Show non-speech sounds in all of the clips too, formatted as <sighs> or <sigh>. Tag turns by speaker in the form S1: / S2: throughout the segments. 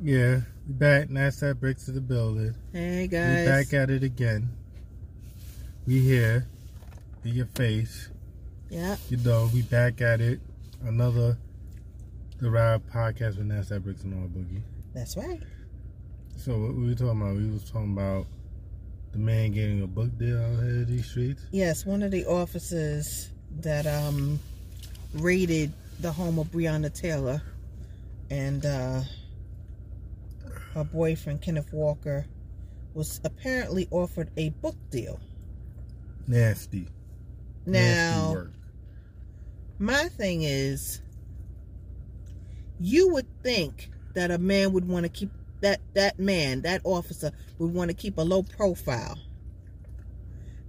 S1: Yeah, we back. NASDAQ breaks to the building.
S2: Hey
S1: We
S2: guys.
S1: back at it again. We here. In your face.
S2: Yeah.
S1: You know, we back at it. Another The Ride podcast with NASDAQ breaks and all boogie.
S2: That's right.
S1: So what we were talking about? We was talking about the man getting a book deal out here in these streets.
S2: Yes, one of the officers that um raided the home of Breonna Taylor and uh her boyfriend Kenneth Walker was apparently offered a book deal.
S1: Nasty. Nasty
S2: Now,
S1: work.
S2: my thing is you would think that a man would want to keep that that man, that officer would want to keep a low profile.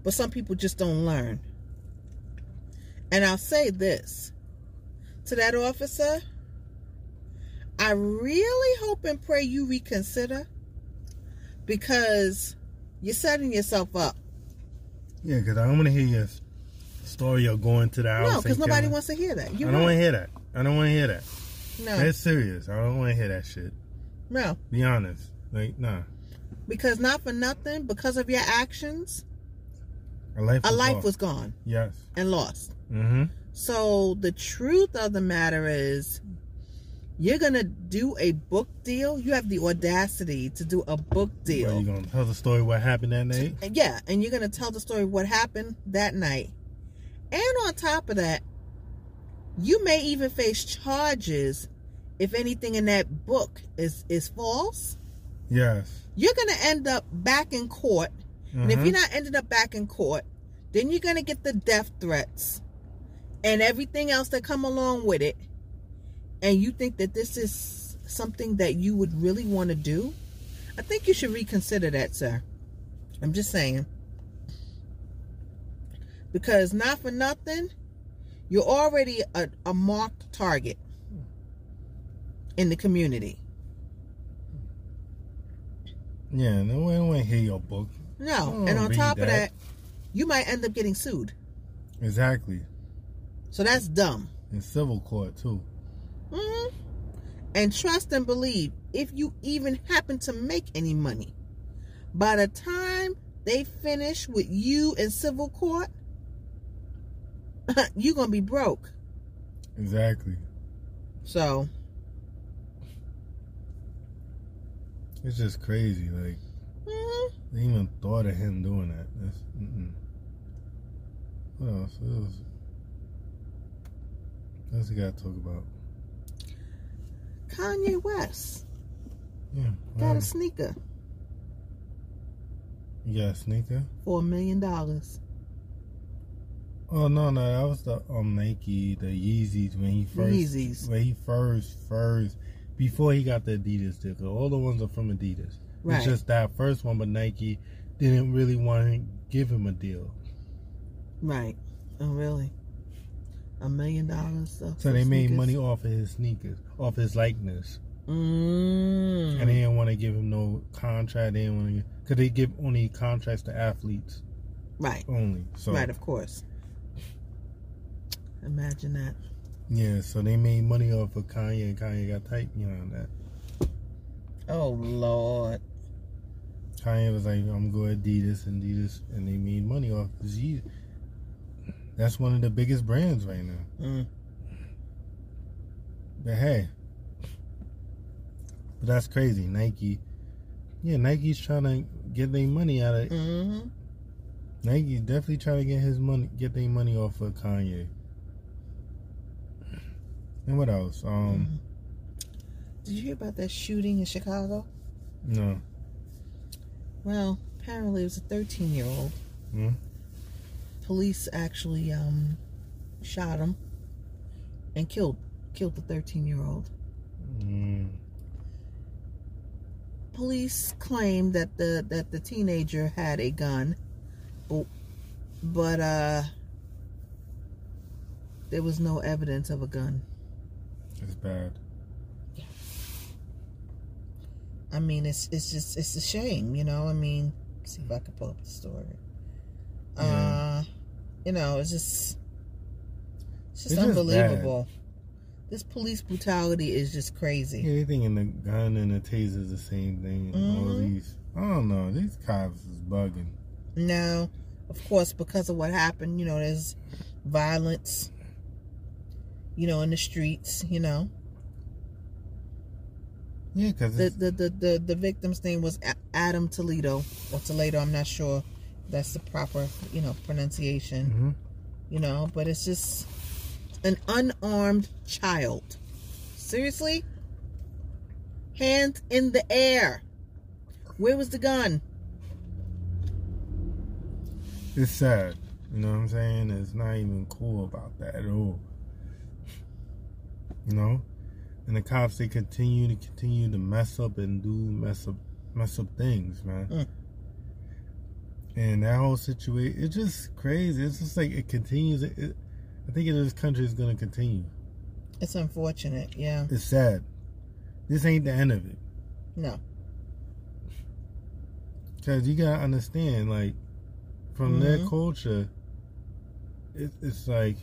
S2: But some people just don't learn. And I'll say this to that officer, I really hope and pray you reconsider because you're setting yourself up.
S1: Yeah, because I don't want to hear your s- story of going to the house.
S2: No,
S1: and
S2: because nobody
S1: killing-
S2: wants to hear that.
S1: uh, I
S2: You
S1: don't want to hear that. I don't want to hear that.
S2: no,
S1: That's serious. I don't want to hear that shit.
S2: no.
S1: Be honest. Like, nah.
S2: Because not for nothing, because of your actions,
S1: A life
S2: a
S1: was
S2: life
S1: lost.
S2: was gone
S1: Yes.
S2: and lost.
S1: Mm-hmm.
S2: So the truth of the matter is, you're gonna do a book deal. You have the audacity to do a book
S1: Well,
S2: deal.
S1: you going to tell the story what happened that night?
S2: And yeah, and you're gonna tell the story of what happened that night. And on top of that, you may even face charges if anything in that book is is false.
S1: Yes. Mm-hmm.
S2: You're gonna end up back in court And if you're not ended up back in court, then you're gonna get the death threats and everything else that come along with it. And you think that this is something that you would really want to do? I think you should reconsider that, sir. I'm just saying. Because not for nothing, you're already a, a marked target in the community.
S1: Yeah, no, I don't want to hear your book.
S2: No,
S1: Oh,
S2: and on
S1: read
S2: top of
S1: that.
S2: that, you might end up getting sued.
S1: Exactly.
S2: So that's dumb.
S1: In civil court, too.
S2: Mhm. And trust and believe if you even happen to make any money. By the time they finish with you in civil court, <laughs> you're going to be broke.
S1: Exactly.
S2: So,
S1: It's just crazy. Like,
S2: mhm.
S1: they even thought of him doing that. That's, mm-mm. What else? What else? What else we got to talk about?
S2: Kanye West
S1: Yeah.
S2: got
S1: wow.
S2: a sneaker
S1: You got a sneaker?
S2: for a million dollars.
S1: Oh no, no, that was the um Nike, the Yeezys when he
S2: The
S1: first
S2: Yeezys.
S1: when he first first before he got the Adidas sticker. All the ones are from Adidas.
S2: Right.
S1: It's just that first one, but Nike didn't really want to give him a deal,
S2: right. Oh, really? A million dollars? uh,
S1: so
S2: for
S1: they made
S2: sneakers?
S1: money off of his sneakers, off his likeness,
S2: Mm.
S1: and they didn't want to give him no contract. They didn't want to because they give only contracts to athletes
S2: right.
S1: only. So
S2: Right, of course. Imagine that.
S1: yeah, so they made money off of Kanye, and Kanye got tight behind that.
S2: Oh Lord.
S1: Kanye was like, I'm going Adidas and Adidas, and they made money off of Yeezy. That's one of the biggest brands right now.
S2: Mm.
S1: But hey, but that's crazy. Nike, yeah, Nike's trying to get their money out of
S2: hmm
S1: Nike's definitely trying to get his money, get their money off of Kanye. And what else? Um,
S2: Did you hear about that shooting in Chicago?
S1: no,
S2: Well, apparently it was a 13 year old.
S1: Hmm.
S2: Police actually um, shot him and killed killed the 13 year old.
S1: mm,
S2: Police claimed that the that the teenager had a gun, but, but uh, there was no evidence of a gun.
S1: it's bad.
S2: I mean, it's it's just it's a shame, you know. I mean, let's see if I can pull up the story. Uh, you know, it's just it's just
S1: It's just
S2: unbelievable This police brutality is just crazy.
S1: Anything in the gun and the taser is the same thing. and All
S2: Mhm.
S1: these, I don't know. These cops is bugging.
S2: No, of course, because of what happened, you know, there's violence, you know, in the streets, you know.
S1: Yeah, because
S2: The the the, the, the victim's name was A- Adam Toledo or Toledo, I'm not sure if that's the proper, you know, pronunciation,
S1: hmm
S2: you know, but it's just an unarmed child. Seriously? Hands in the air. Where was the gun?
S1: it's sad. You know what I'm saying? It's not even cool about that at all. You know, and the cops they continue to continue to mess up and do mess up mess up things, man.
S2: Mm.
S1: And that whole situation, it's just crazy. It's just like it continues. It, it- I think in this country is gonna continue.
S2: It's unfortunate, yeah.
S1: It's sad. This ain't the end of it.
S2: No.
S1: Because you gotta understand, like, from their
S2: Mhm.
S1: culture, it, it's like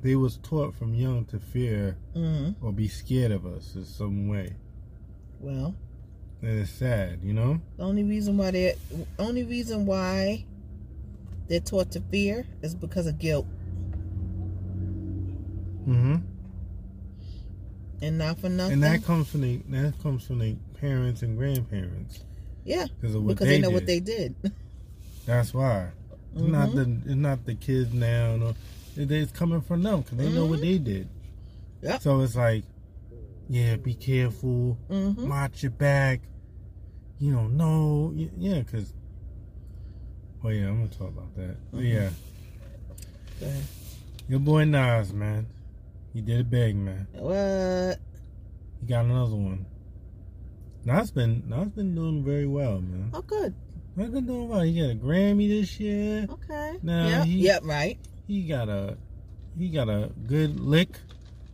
S1: they was taught from young to fear
S2: hmm
S1: or be scared of us in some way,
S2: Well,
S1: and it's sad, you know.
S2: The only reason why they only reason why they're taught to fear is because of guilt
S1: Mm-hmm.
S2: and not for nothing.
S1: And that comes from the that comes from the parents and grandparents
S2: yeah,
S1: because of what
S2: because
S1: they,
S2: they know
S1: did.
S2: what they did.
S1: That's why. It's not
S2: Mhm.
S1: the it's not the kids now. No, It- it's coming from them because they know what
S2: Mhm.
S1: they did.
S2: Yep.
S1: So it's like, yeah, be careful.
S2: Mhm.
S1: watch your back. You don't know. Y- Yeah, because. Oh, yeah, I'm going to talk about that. But
S2: Mhm.
S1: yeah.
S2: Go ahead.
S1: Your boy Nas, man. He did it big, man.
S2: What?
S1: He got another one. Nas been, Nas been doing very well, man.
S2: Oh, good.
S1: Nas been doing well. He got a Grammy this year.
S2: Okay.
S1: Nah,
S2: yep.
S1: he-
S2: yep. Right.
S1: He got a. He got a good lick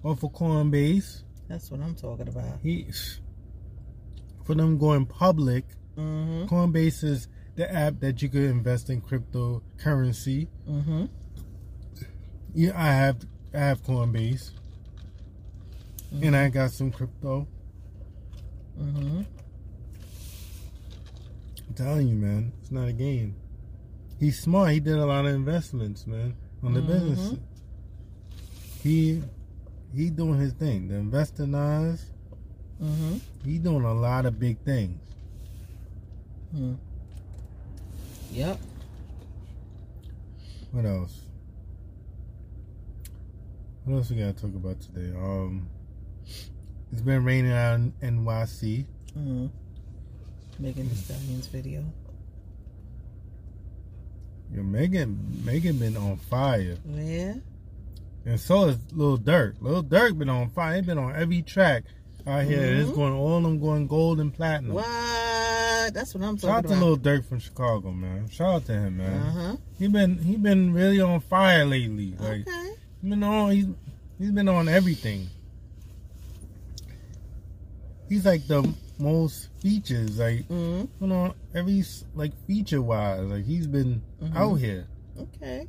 S1: off of Coinbase.
S2: That's what I'm talking about.
S1: He, for them going public,
S2: Mhm.
S1: Coinbase is the app that you could invest in cryptocurrency.
S2: Mhm.
S1: Yeah, I have I have Coinbase, and I got some crypto.
S2: Mhm.
S1: I'm telling you, man, it's not a game. He's smart. He did a lot of investments, man, on the
S2: Mhm.
S1: business. He he doing his thing. The investor Nas,
S2: Mhm.
S1: he doing a lot of big things.
S2: Mhm. Yep.
S1: What else? What else we gotta talk about today? Um, it's been raining out in NYC. Mm.
S2: Mhm. Making the stallions video.
S1: Yo, Megan, Megan been on fire.
S2: Yeah.
S1: And so is Lil Durk. Lil Durk been on fire. He been on every track out here. It's
S2: Mhm.
S1: going all them going gold and platinum.
S2: What? That's what I'm
S1: Shout out
S2: talking
S1: to
S2: about.
S1: Lil Durk from Chicago, man. Shout out to him, man.
S2: Uh huh.
S1: He been he been really on fire lately. Like
S2: Okay.
S1: he been on he's he's been on everything. He's like the most features, like
S2: Mhm.
S1: you know, every s- like feature wise, like he's been
S2: Mhm.
S1: out here.
S2: Okay.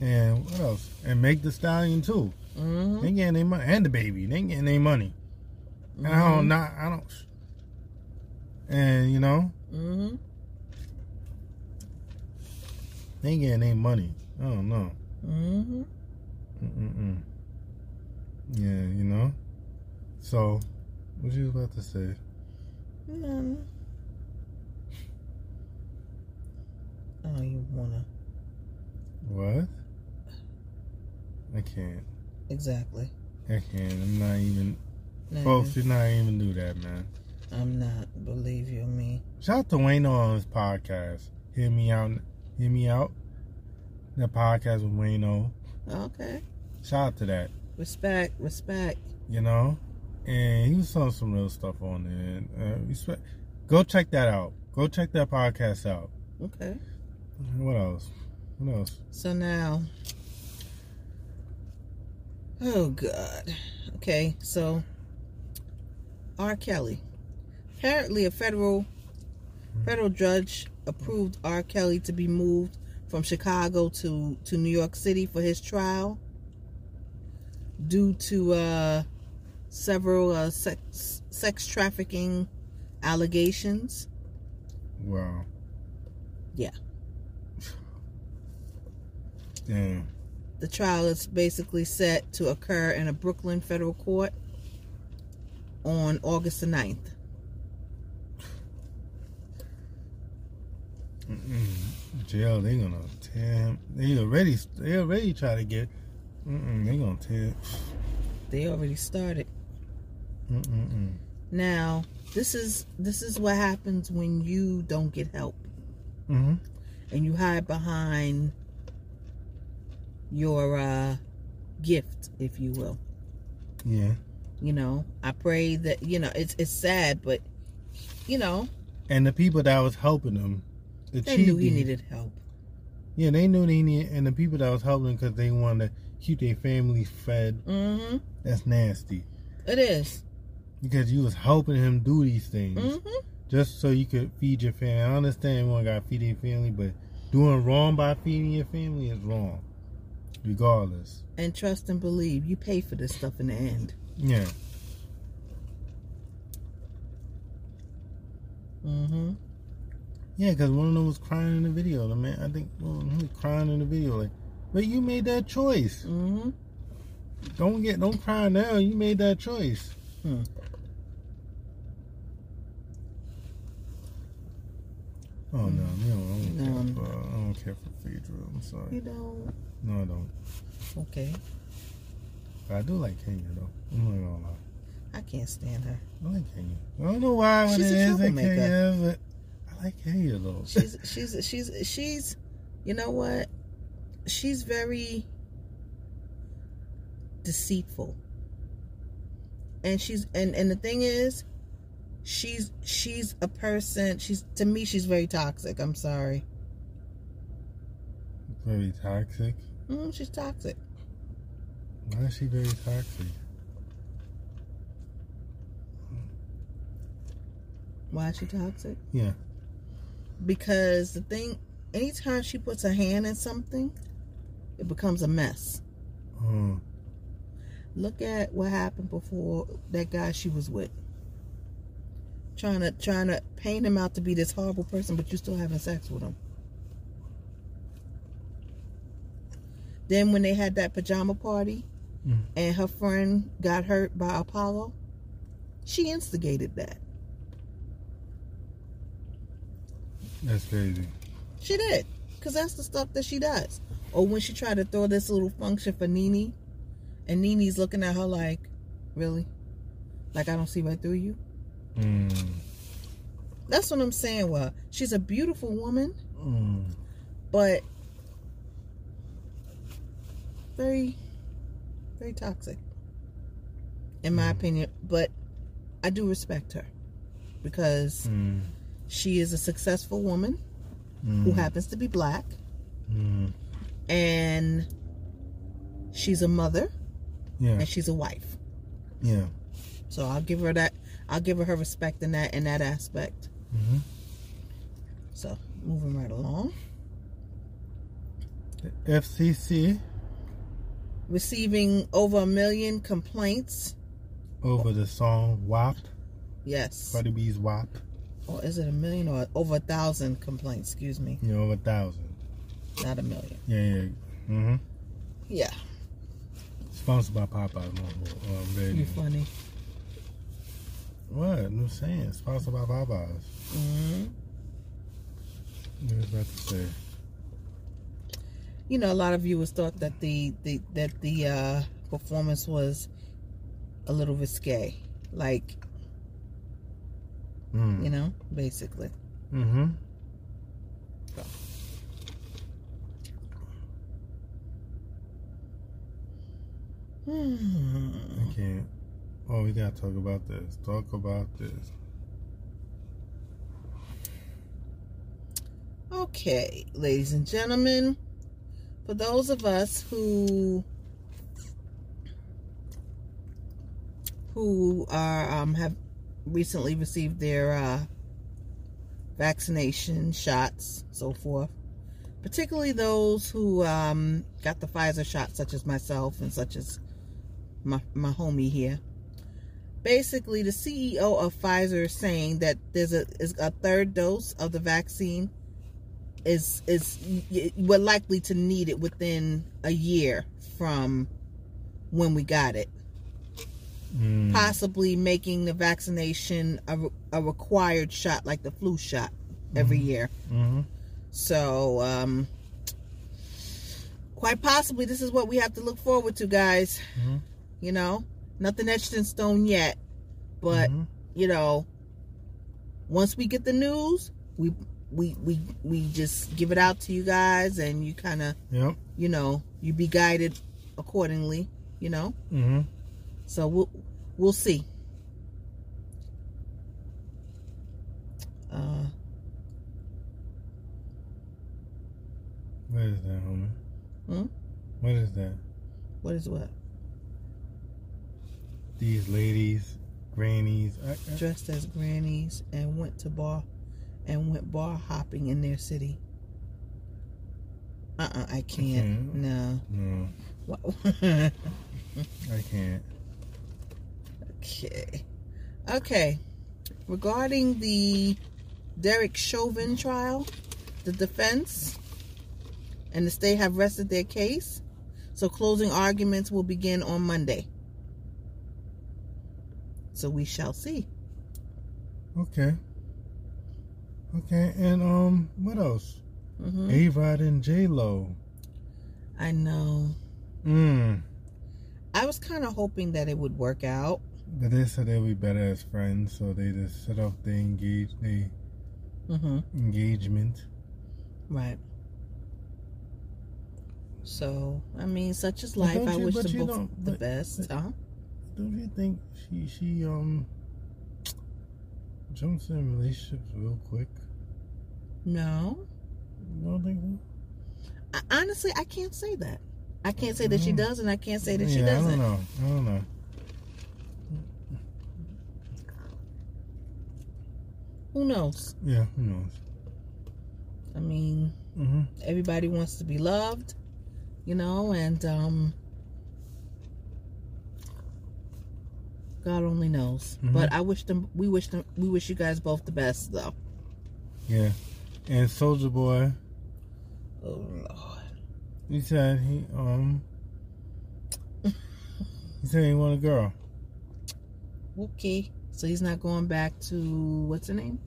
S1: And what else? And make the stallion too.
S2: Mm-hmm.
S1: They getting their money, and the baby. They getting their money. And I
S2: Mm-hmm.
S1: don't not I don't. And you know
S2: Mm-hmm.
S1: they getting their money. I don't know.
S2: Mm-hmm.
S1: Mm-mm-mm. Yeah, you know. So, what you was about to say?
S2: None. Oh, you wanna
S1: What? I can't.
S2: exactly?
S1: I can't. I'm not even.
S2: No,
S1: Folks, you're not even do that, man.
S2: I'm not. Believe you me.
S1: Shout out to Wayno on his podcast. Hear me out. Hear me out. The podcast with Wayno.
S2: Okay.
S1: Shout out to that.
S2: Respect. Respect.
S1: you know, and he was selling some real stuff on it. Uh, respect. Go check that out. Go check that podcast out.
S2: Okay.
S1: What else? What else?
S2: So now. Oh God. Okay. So. R. Kelly. Apparently, a federal federal judge approved R. Kelly to be moved from Chicago to to New York City for his trial. due to uh, several uh, sex sex trafficking allegations.
S1: Wow.
S2: Yeah.
S1: Damn.
S2: The trial is basically set to occur in a Brooklyn federal court on August the 9th.
S1: Mm-mm. Jail. They gonna tear him. They already. They already try to get. Mm-mm, they gonna tear.
S2: They already started.
S1: Mm-mm-mm.
S2: Now, this is this is what happens when you don't get help
S1: Mm-hmm.
S2: and you hide behind your uh gift, if you will.
S1: Yeah.
S2: You know, I pray that you know, it's it's sad, but you know,
S1: And the people that was helping him achieve
S2: they knew he
S1: these-
S2: needed help.
S1: Yeah, they knew they needed, and the people that was helping because they wanted to keep their family fed.
S2: Mhm.
S1: That's nasty.
S2: It is.
S1: Because you was helping him do these things
S2: Mhm.
S1: just so you could feed your family. I understand everyone got to feed their family, but doing wrong by feeding your family is wrong, regardless.
S2: And trust and believe, you pay for this stuff in the end.
S1: Yeah.
S2: Mhm.
S1: Yeah, because one of them was crying in the video. The man, I think, well, he was crying in the video. Like, but you made that choice.
S2: Mhm.
S1: Don't get, don't cry now. You made that choice.
S2: Hmm.
S1: Oh no, I don't, I don't care
S2: Um,
S1: for, I don't care for Phaedra. I'm sorry.
S2: You know,
S1: No, I don't.
S2: okay.
S1: But I do like Kenya though. I'm not gonna lie.
S2: I can't stand her.
S1: I like Kenya. I don't know why when
S2: She's
S1: it
S2: a
S1: is in
S2: troublemaker.
S1: Kenya, but I like Kenya though.
S2: <laughs> She's she's she's she's you know what? She's very deceitful. And she's and and the thing is she's she's a person she's to me she's very toxic. I'm sorry.
S1: very toxic.
S2: Mm, she's toxic.
S1: Why is she very toxic?
S2: Why is she toxic?
S1: Yeah.
S2: Because the thing anytime she puts her hand in something, it becomes a mess.
S1: Um,
S2: look at what happened before that guy she was with trying to trying to paint him out to be this horrible person but you still having sex with him then when they had that pajama party
S1: Mm.
S2: and her friend got hurt by apollo she instigated that
S1: that's crazy.
S2: she did because that's the stuff that she does or when she tried to throw this little function for nini and nini's looking at her like really like i don't see right through you
S1: Mm.
S2: That's what I'm saying. Well, she's a beautiful woman,
S1: Mm.
S2: but very, very toxic, in my
S1: Mhm.
S2: opinion. But I do respect her because
S1: Mm.
S2: she is a successful woman
S1: Mm.
S2: who happens to be black,
S1: Mm.
S2: and she's a mother
S1: Yeah.
S2: and she's a wife.
S1: Yeah.
S2: So I'll give her that. I'll give her her respect in that in that aspect.
S1: Mm-hmm.
S2: So moving right along.
S1: The FCC
S2: receiving over a million complaints.
S1: over the song WAP,
S2: Yes.
S1: Cardi B's WAP,
S2: Or Oh, is it a million or over a thousand complaints? Excuse me.
S1: you know, over a thousand.
S2: Not a million.
S1: Yeah, yeah. Mm-hmm.
S2: Yeah.
S1: Sponsored by Popeyes. no, no, Um,
S2: You
S1: baby.
S2: funny.
S1: What? I'm saying. Sponsored by Popeyes.
S2: hmm
S1: I was about to say.
S2: You know, a lot of viewers thought that the, the that the uh, performance was a little risque. Like,
S1: Mm.
S2: you know, basically.
S1: Mm-hmm.
S2: Hmm.
S1: I can't. Oh, we gotta talk about this. Talk about this.
S2: Okay, ladies and gentlemen, for those of us who who are um, have recently received their uh, vaccination shots, so forth, particularly those who um, got the Pfizer shot, such as myself and such as my, my homie here. Basically, the CEO of Pfizer is saying that there's a is a third dose of the vaccine is is y- we're likely to need it within a year from when we got it,
S1: Mm.
S2: possibly making the vaccination a, re- a required shot like the flu shot every
S1: Mhm.
S2: year.
S1: hmm
S2: So, um, quite possibly, this is what we have to look forward to, guys.
S1: Mhm.
S2: You know, nothing etched in stone yet, but
S1: Mhm.
S2: you know, once we get the news, we we we we just give it out to you guys, and you kind of
S1: Yep.
S2: you know you be guided accordingly. You know,
S1: hmm
S2: so we'll we'll see. Uh,
S1: What is that, homie?
S2: Hmm?
S1: What is that?
S2: what is what
S1: These ladies, grannies. I, I,
S2: dressed as grannies and went to bar and went bar hopping in their city. Uh uh I can't.
S1: Mhm.
S2: No.
S1: no,
S2: Wha- <laughs>
S1: I can't.
S2: okay. Okay. Regarding the Derek Chauvin trial, the defense and the state have rested their case. So closing arguments will begin on Monday. So we shall see.
S1: Okay. Okay, and um, what else?
S2: hmm
S1: A Rod and J Lo.
S2: I know.
S1: Mm.
S2: I was kind of hoping that it would work out.
S1: But they said they'll be better as friends, so they just set off their engage they
S2: Mm-hmm.
S1: engagement.
S2: Right. So I mean, such is
S1: But
S2: life.
S1: don't
S2: I
S1: you-
S2: wish
S1: but
S2: them
S1: you
S2: both
S1: don't-
S2: the
S1: but-
S2: best, huh?
S1: Don't you think she she um jumps in relationships real quick?
S2: No,
S1: You don't think so?
S2: I, honestly, I can't say that. I can't say that she
S1: Mm.
S2: does, and I can't say that
S1: yeah,
S2: she
S1: I don't
S2: doesn't.
S1: know. I don't know.
S2: Who knows?
S1: Yeah, who knows?
S2: I mean,
S1: hmm
S2: everybody wants to be loved, you know, and um, God only knows.
S1: Mhm.
S2: But I wish them. We wish them. We wish you guys both the best, though.
S1: Yeah. And Soldier Boy,
S2: Oh Lord.
S1: he said he um he said he want a girl.
S2: Okay. So he's not going back to what's her name?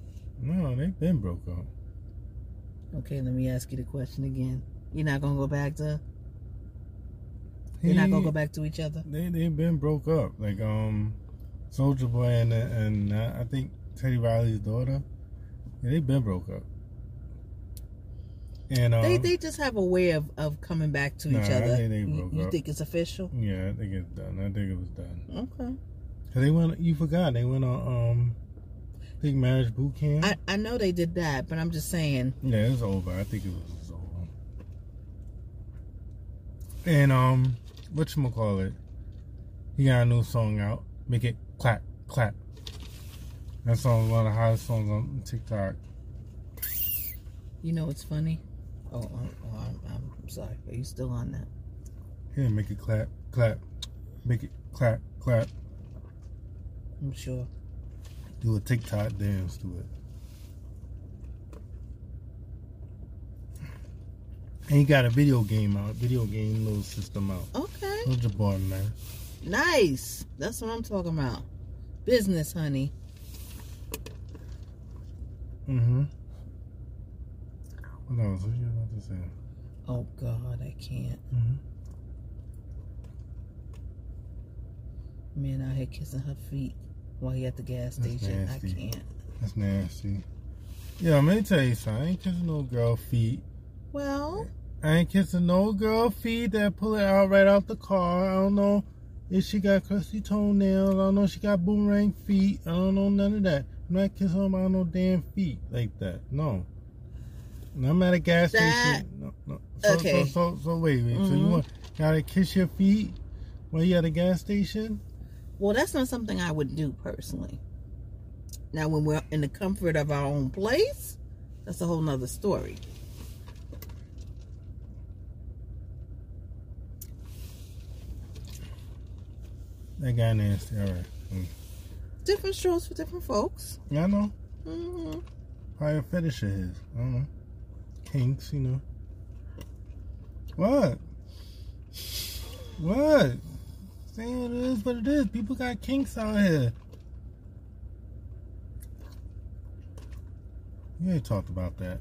S1: No, they've been broke up.
S2: Okay, let me ask you the question again. You're not gonna go back to
S1: He,
S2: you're not gonna go back to each other?
S1: They they've been broke up. Like um, Soldier Boy and and uh, I think Teddy Riley's daughter. Yeah, they've been broke up. And um,
S2: they they just have a way of, of coming back to
S1: Nah,
S2: each
S1: I
S2: other.
S1: think they
S2: you
S1: broke
S2: you
S1: up.
S2: think it's official?
S1: yeah, I think it's done. I think it was done.
S2: Okay.
S1: Cause they went. You forgot they went on um, I think marriage boot camp.
S2: I, I know they did that, but I'm just saying
S1: yeah, it's over. I think it was over. And um, what you call it? He got a new song out. Make it clap clap. That song one of the hottest songs on TikTok.
S2: you know what's funny. Oh, I'm, oh I'm, I'm sorry. Are you still on that?
S1: Here, make it clap, clap, make it clap, clap.
S2: I'm sure.
S1: Do a TikTok dance to it. And he got a video game out, video game little system out.
S2: Okay.
S1: Soldier Boy, man.
S2: Nice. That's what I'm talking about. Business, honey.
S1: Mm-hmm. What else? What you about to say?
S2: Oh God, I can't.
S1: Mm-hmm.
S2: Man out here kissing her feet while he at the gas
S1: That's
S2: station.
S1: nasty.
S2: I can't.
S1: That's nasty. Yeah, I'm gonna tell you something. I ain't kissing no girl feet.
S2: Well,
S1: I ain't kissing no girl feet that pull it out right out the car. I don't know if she got crusty toenails. I don't know if she got boomerang feet. I don't know none of that. I'm not kissing them on no damn feet like that. No. And I'm at a gas
S2: That-
S1: station. No, no. So,
S2: Okay.
S1: So, so, so wait, wait. So you
S2: Mhm.
S1: want gotta kiss your feet while you at a gas station?
S2: well, that's not something I would do personally. Now, when we're in the comfort of our own place, that's a whole nother story.
S1: That guy nasty. All right.
S2: Different strokes for different folks.
S1: Yeah, I know.
S2: hmm
S1: Probably a fetish of his. I don't know. Kinks, you know. What? What? Saying it is what it is. People got kinks out here. You ain't talked about that.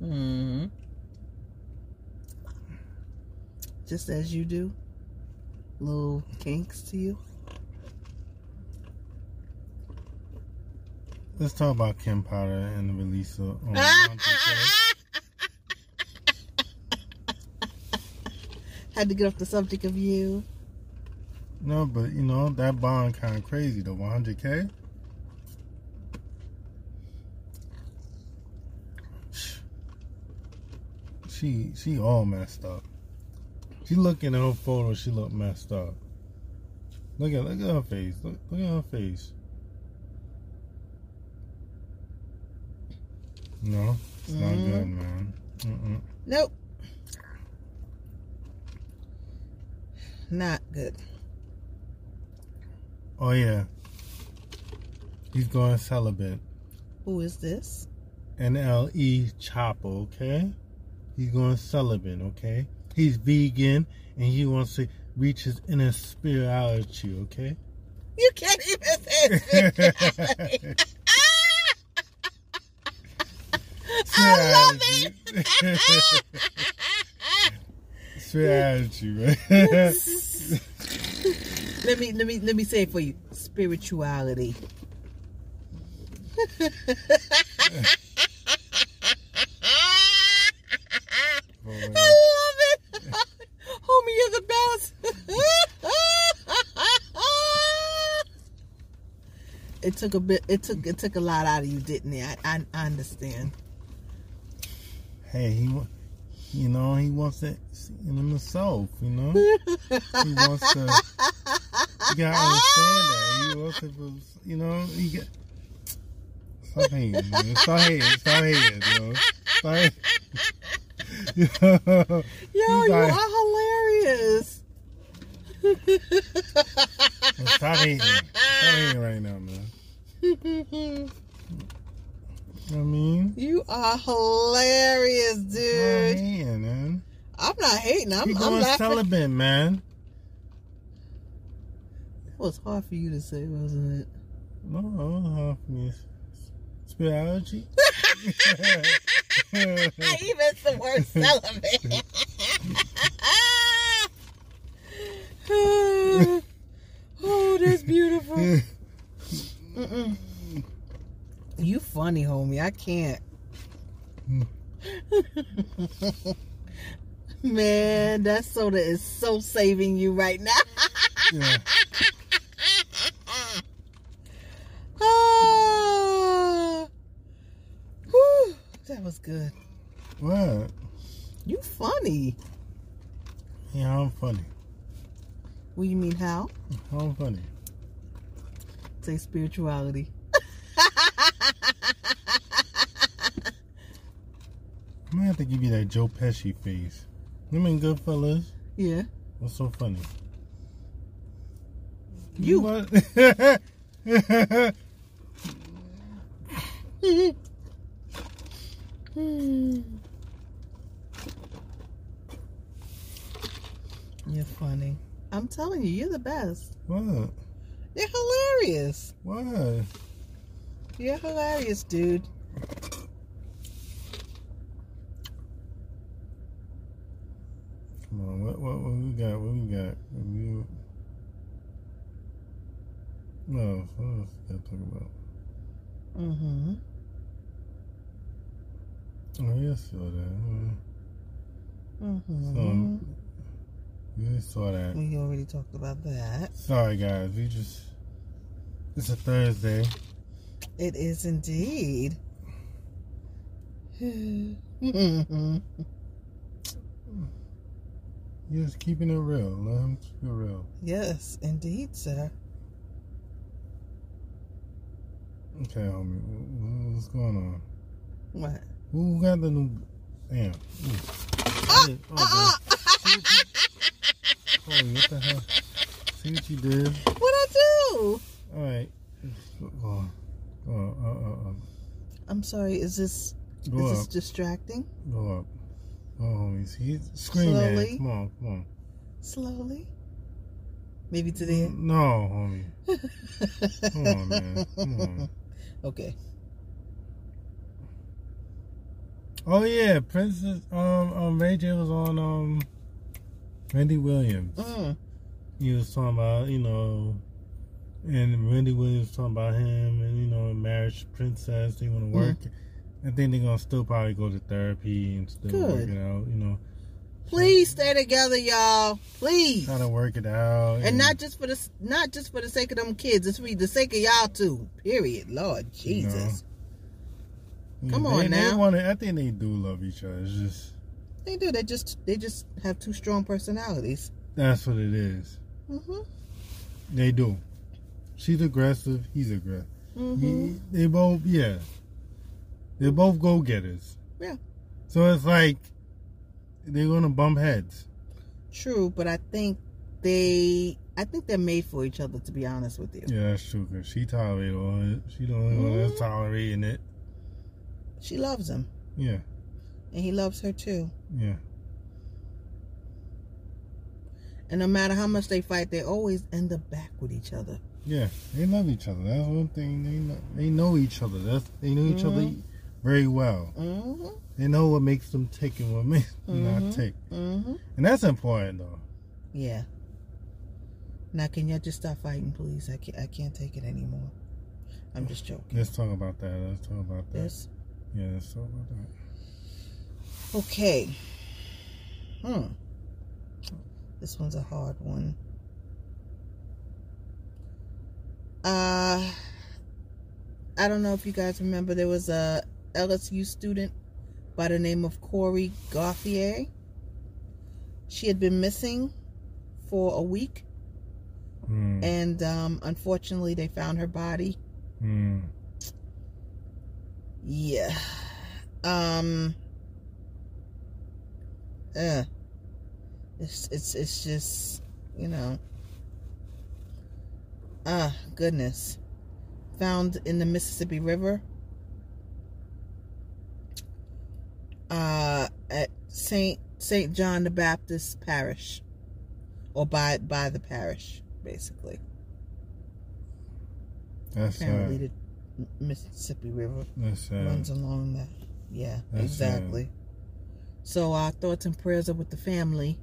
S2: hmm Just as you do. Little kinks to you.
S1: Let's talk about Kim Potter and the release of. um,
S2: <laughs>
S1: on Round Two
S2: Had to get off the subject of you.
S1: No, but you know that bond kind of crazy though. 100k. She she all messed up. She looking at her photo. She look messed up. Look at look at her face. Look look at her face. No, it's not
S2: Mhm.
S1: good, man. Mm-mm.
S2: Nope. Not good.
S1: Oh yeah, he's going celibate.
S2: Who is this?
S1: NLE Chopper, E okay? He's going celibate, okay? He's vegan and he wants to reach his inner spirituality, okay?
S2: You can't even say it. <laughs> I love
S1: it! <laughs> spirituality,
S2: <laughs>
S1: right?
S2: let me let me let me say it for you. Spirituality. I love it. <laughs> Homie, you're the best. <laughs> it took a bit. It took it took a lot out of you, didn't it? I, I, I understand. <laughs>
S1: hey, he, wa- you know, he wants it in himself, you know? He wants to, you gotta understand that. He wants to, you know, he got, stop hating, man. Stop hating, stop hating, yo. Stop <laughs> hating.
S2: Yo,
S1: He's
S2: you
S1: like-
S2: are hilarious.
S1: stop hating. Stop hating right now, man. You know what I mean?
S2: <laughs> you are hilarious,
S1: Stop
S2: dude.
S1: hating, man.
S2: I'm not hating. I'm,
S1: He
S2: I'm
S1: going
S2: laughing.
S1: celibate, man.
S2: It was hard for you to say, wasn't it?
S1: No, I don't have me.
S2: <laughs>
S1: <laughs> Spirituality?
S2: I even the word celibate. <laughs> oh, that's beautiful. Mm-mm. <laughs> You funny, homie. I <laughs> can't. Man, that soda is so saving you right now. <laughs>
S1: yeah.
S2: Ah. Whew, that was good.
S1: What?
S2: You funny.
S1: Yeah, I'm funny.
S2: What do you mean how?
S1: I'm funny.
S2: Say spirituality.
S1: I'm gonna have to give you that Joe Pesci face. I mean, Goodfellas.
S2: Yeah. <laughs>
S1: What's so funny?
S2: You.
S1: What? <laughs>
S2: You're funny. I'm telling you, you're the best.
S1: what?
S2: You're hilarious.
S1: What?
S2: You're hilarious, dude.
S1: Come on. What? What? What we got? What we got? We... No. What else did I talk about?
S2: Mm-hmm.
S1: Oh, you saw that.
S2: Mm-hmm.
S1: So, you saw that.
S2: we already talked about that.
S1: Sorry, guys. We just. It's a Thursday.
S2: It is indeed. <laughs>
S1: Just keeping it real. Let him keep it real.
S2: yes, indeed, sir.
S1: Okay, homie. wh- wh- What's going on?
S2: What?
S1: Who got the new? Damn. Ooh.
S2: Ah!
S1: I did- oh,
S2: Uh-uh.
S1: damn. Holy, what the hell? See what you did?
S2: what I do.
S1: All right. Go up. Go up. Up, up, up.
S2: I'm sorry. Is this
S1: Go
S2: is this
S1: up.
S2: distracting?
S1: Go up. Go on, homies. He's screaming. at
S2: Slowly.
S1: it. Come on, come on.
S2: Slowly. Maybe to the end.
S1: No, homie. Mm. Come on, man. Come on.
S2: <laughs> Okay.
S1: Oh yeah, Princess. Um, um, Ray J was on. Um, Randy Williams.
S2: Mm.
S1: He was talking about you know, and Randy Williams was talking about him and you know, marriage princess. They
S2: Mm-hmm.
S1: want to work. I think they're gonna still probably go to therapy and still
S2: Good.
S1: work it out. You know,
S2: Please stay together, y'all. Please.
S1: try to work it out.
S2: And not just for the not just for the sake of them kids. It's for the sake of y'all too. Period. Lord Jesus.
S1: you
S2: come on
S1: they, They
S2: now.
S1: wanna, I think they do love each other. It's just
S2: They do. They just they just have two strong personalities.
S1: that's what it is.
S2: Mm-hmm.
S1: They do. She's aggressive. He's aggressive.
S2: Mm-hmm.
S1: He- they both, yeah. They're both go getters.
S2: Yeah.
S1: So it's like they're gonna bump heads.
S2: True, but I think they I think they're made for each other. To be honest with you.
S1: Yeah, that's true. Cause she tolerated all it. She the only one that's
S2: Mhm.
S1: tolerating it.
S2: She loves him,
S1: Yeah,
S2: and he loves her too.
S1: yeah.
S2: And no matter how much they fight, they always end up back with each other.
S1: Yeah, they love each other. That's one thing. They know, they know each other. That's they know each other
S2: Mhm.
S1: very well.
S2: Mm-hmm.
S1: They know what makes them tick and what makes them
S2: Mhm.
S1: not tick,
S2: Mm-hmm.
S1: and that's important though.
S2: Yeah. Now, can y'all just stop fighting, please? I can't. I can't take it anymore. I'm just joking.
S1: Let's talk about that. Let's talk about that.
S2: Yes.
S1: Yeah, let's talk about that.
S2: Okay. Hmm. This one's a hard one. Uh, I don't know if you guys remember there was a LSU student by the name of Corey Gauthier. She had been missing for a week,
S1: Mm,
S2: and um, unfortunately, they found her body.
S1: mm,
S2: Yeah. Um. Uh, it's it's it's just you know. Ah, goodness. Found in the Mississippi River. Uh, at Saint Saint John the Baptist Parish, or by by the parish, basically.
S1: that's
S2: Apparently,
S1: sad.
S2: the M- Mississippi River
S1: That's sad.
S2: runs along that. Yeah,
S1: That's
S2: exactly. So our thoughts and prayers are with the family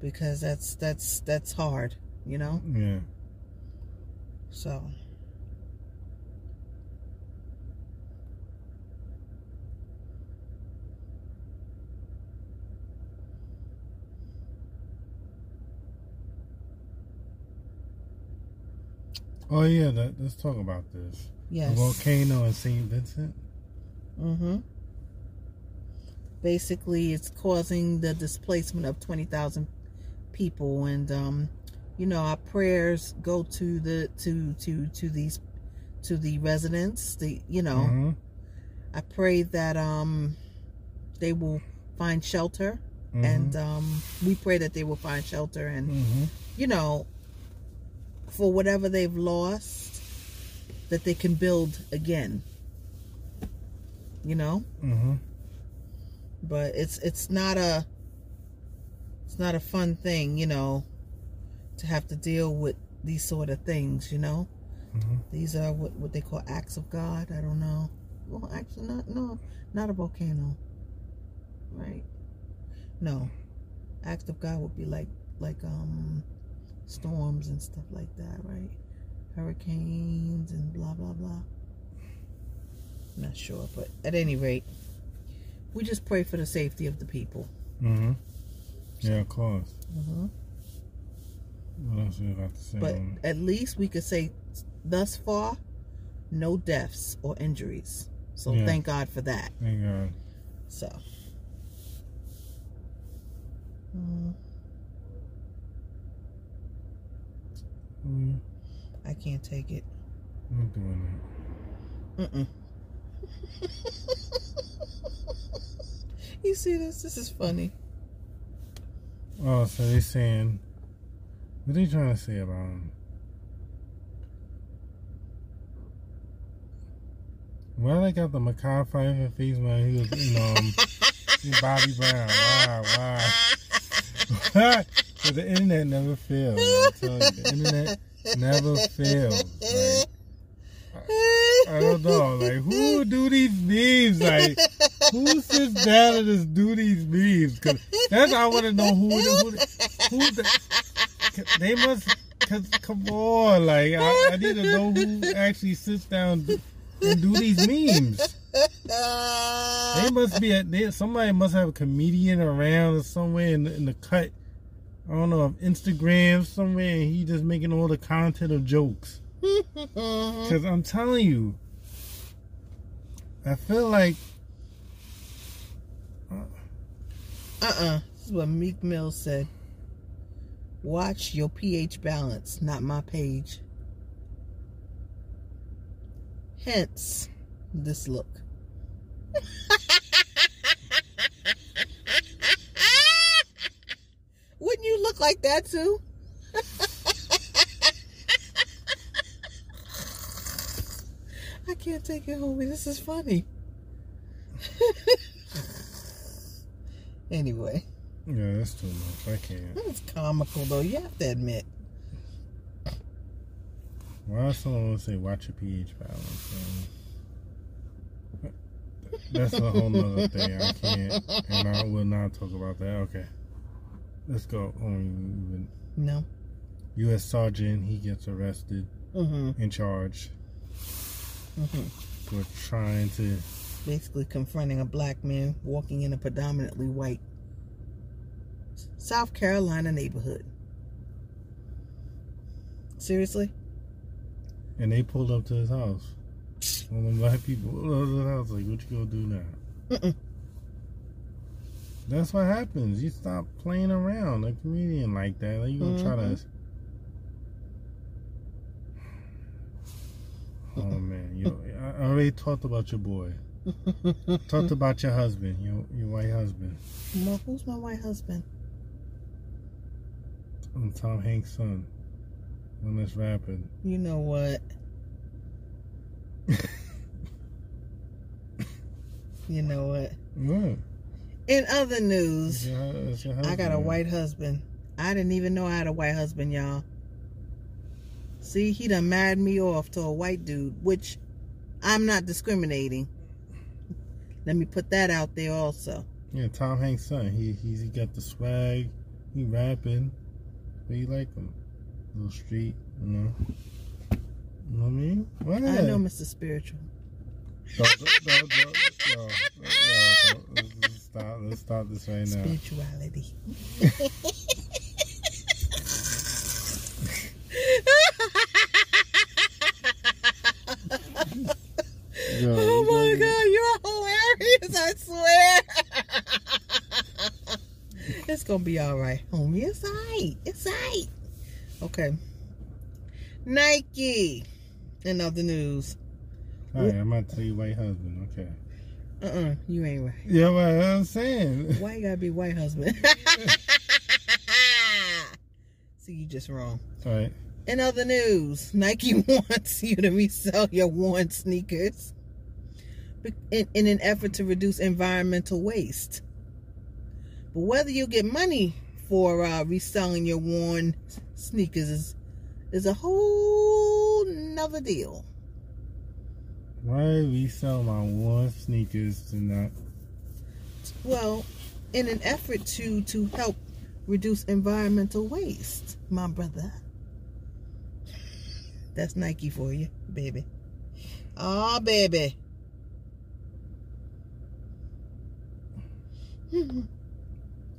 S2: because that's that's that's hard, you know?
S1: Yeah.
S2: So
S1: Oh yeah. That, let's talk about this. The
S2: yes.
S1: volcano in Saint Vincent.
S2: Mm-hmm. Basically it's causing the displacement of twenty thousand people and um you know our prayers go to the to to to these to the residents, the you know,
S1: Mhm.
S2: I pray that um they will find shelter
S1: Mhm.
S2: and um we pray that they will find shelter and
S1: Mhm.
S2: you know for whatever they've lost that they can build again. You know?
S1: Mhm.
S2: But it's it's not a it's not a fun thing, you know, to have to deal with these sort of things, you know?
S1: Mhm.
S2: These are what, what they call acts of God. I don't know. Well, actually, not no, not a volcano, right? No, acts of God would be like like um storms and stuff like that, right? Hurricanes and blah blah blah. Not sure, but at any rate, we just pray for the safety of the people.
S1: Mhm. Yeah, of course.
S2: Mm-hmm.
S1: What else we about to say?
S2: But
S1: on-
S2: at least we could say, thus far, no deaths or injuries. So
S1: Yeah.
S2: thank God for that.
S1: Thank God.
S2: So. Mm,
S1: Mm,
S2: I can't take it.
S1: I'm doing it.
S2: Mm-mm. <laughs> you see this? This is funny.
S1: Oh, so they saying what they trying to say about him? Well, they got the Makai Pfeiffer face when he was in um, in Bobby Brown. Why? Why? Why? <laughs> 'Cause the internet never fails. I tell you, the internet
S2: <laughs>
S1: never fails. Like, I don't know. Oh, Like,
S2: <laughs>
S1: who do these memes? Like, who sits down and just do these memes? Cause that's I want to know who the, who the, who the they must. Cause come on, like I, I need to know who actually sits down and do these memes.
S2: Uh,
S1: They must be a they, somebody must have a comedian around or somewhere in the, in the cut. I don't know, of Instagram somewhere, and he just making all the content of jokes.
S2: mm.
S1: Cause I'm telling you, I feel like
S2: Uh-uh. This is what Meek Mill said. Watch your pH balance, not my page. Hence this look. <laughs> Wouldn't you look like that too? <laughs> I can't take it, homie. This is funny. anyway.
S1: yeah, that's too much. I can't.
S2: That was comical, though. You have to admit.
S1: Why does someone want to say watch your pH balance? Um, that's a whole nother thing. I can't, and I will not talk about that. Okay, let's go on.
S2: No.
S1: U.S. Sergeant, he gets arrested
S2: Mm-hmm.
S1: and charged
S2: hmm
S1: for trying to.
S2: Basically, confronting a black man walking in a predominantly white South Carolina neighborhood. Seriously?
S1: And they pulled up to his house. All them black people pulled up to his house. Like, what you gonna do now?
S2: Mm-mm.
S1: That's what happens. You stop playing around a comedian like that. Like, you gonna try to.
S2: Mm-hmm.
S1: <sighs> Oh man, you. I I already talked about your boy.
S2: Mm.
S1: Talked about your husband, your your white husband,
S2: <laughs> My- who's my white husband?
S1: um, Tom Hanks' son, when that's rapping.
S2: You know what? You know what?
S1: What?
S2: In other
S1: It's
S2: news,
S1: your, hu- it's your
S2: I got a
S1: husband.
S2: white husband. I didn't even know I had a white husband, y'all. See, he done married me off to a white dude, which I'm not discriminating. Let me put that out there also.
S1: Yeah, Tom Hanks' son. He he's he got the swag. He rapping, but you like him. Little street, you know. You know what I mean? What?
S2: I know Mr. Spiritual.
S1: Don't- don't- don't- don't- yo, yo, don't- let's- let's stop. Let's stop this right now.
S2: Spirituality. <laughs>
S1: Yo,
S2: Oh
S1: you
S2: my
S1: know-
S2: god, you're hilarious, I swear. <laughs> it's gonna be alright, homie. It's alright. It's alright. Okay. Nike. In other news.
S1: All right, I'm about to tell you white husband. Okay.
S2: Uh uh you ain't right.
S1: Yeah, but I'm saying.
S2: Why you gotta be white husband? <laughs> See, you just wrong.
S1: All right.
S2: In other news, Nike <laughs> wants you to resell your worn sneakers be- in, in an effort to reduce environmental waste. But whether you get money for uh, reselling your worn s- sneakers is, is a whole nother deal.
S1: Why we sell my one sneakers to not?
S2: Well, in an effort to to help reduce environmental waste, my brother. That's Nike for you, baby. Ah, baby. mm-hmm.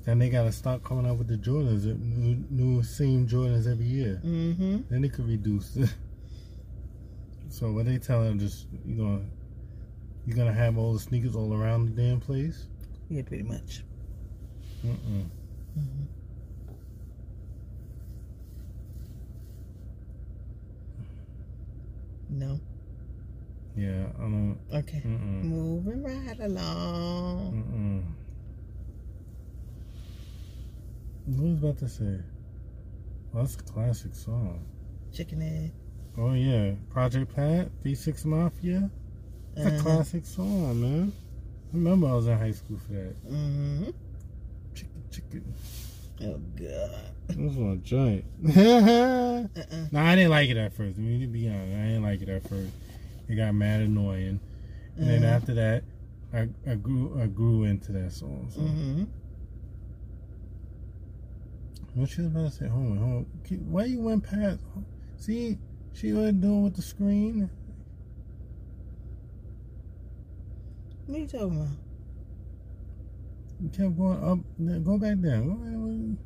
S1: Then they gotta stop coming out with the Jordans, the new, new same Jordans every year.
S2: Mm-hmm.
S1: Then it could reduce. <laughs> so what they telling them just you know you're gonna have all the sneakers all around the damn place?
S2: Yeah, pretty much.
S1: Mm-mm.
S2: Mhm. No.
S1: Yeah, I don't.
S2: Okay.
S1: Mm-mm.
S2: Moving right along.
S1: Mm-mm. What was I about to say? Well, that's a classic song.
S2: Chicken head.
S1: Oh yeah, Project Pat, V6 Mafia. That's
S2: Uh-huh.
S1: a classic song, man. I remember I was in high school for that.
S2: Mm-hmm.
S1: Chicken, chicken.
S2: Oh God.
S1: This was a giant. no, <laughs>
S2: Uh-uh.
S1: I didn't like it at first. I mean, to be honest, I didn't like it at first. It got mad annoying, and then after that, I, I grew I grew into that song. So.
S2: Mm-hmm.
S1: What she was about to say? Hold on, hold on. Keep- Why you went past? See, she was doing with the screen.
S2: What are you talking about?
S1: You kept going up. Now Go back down. Go back down.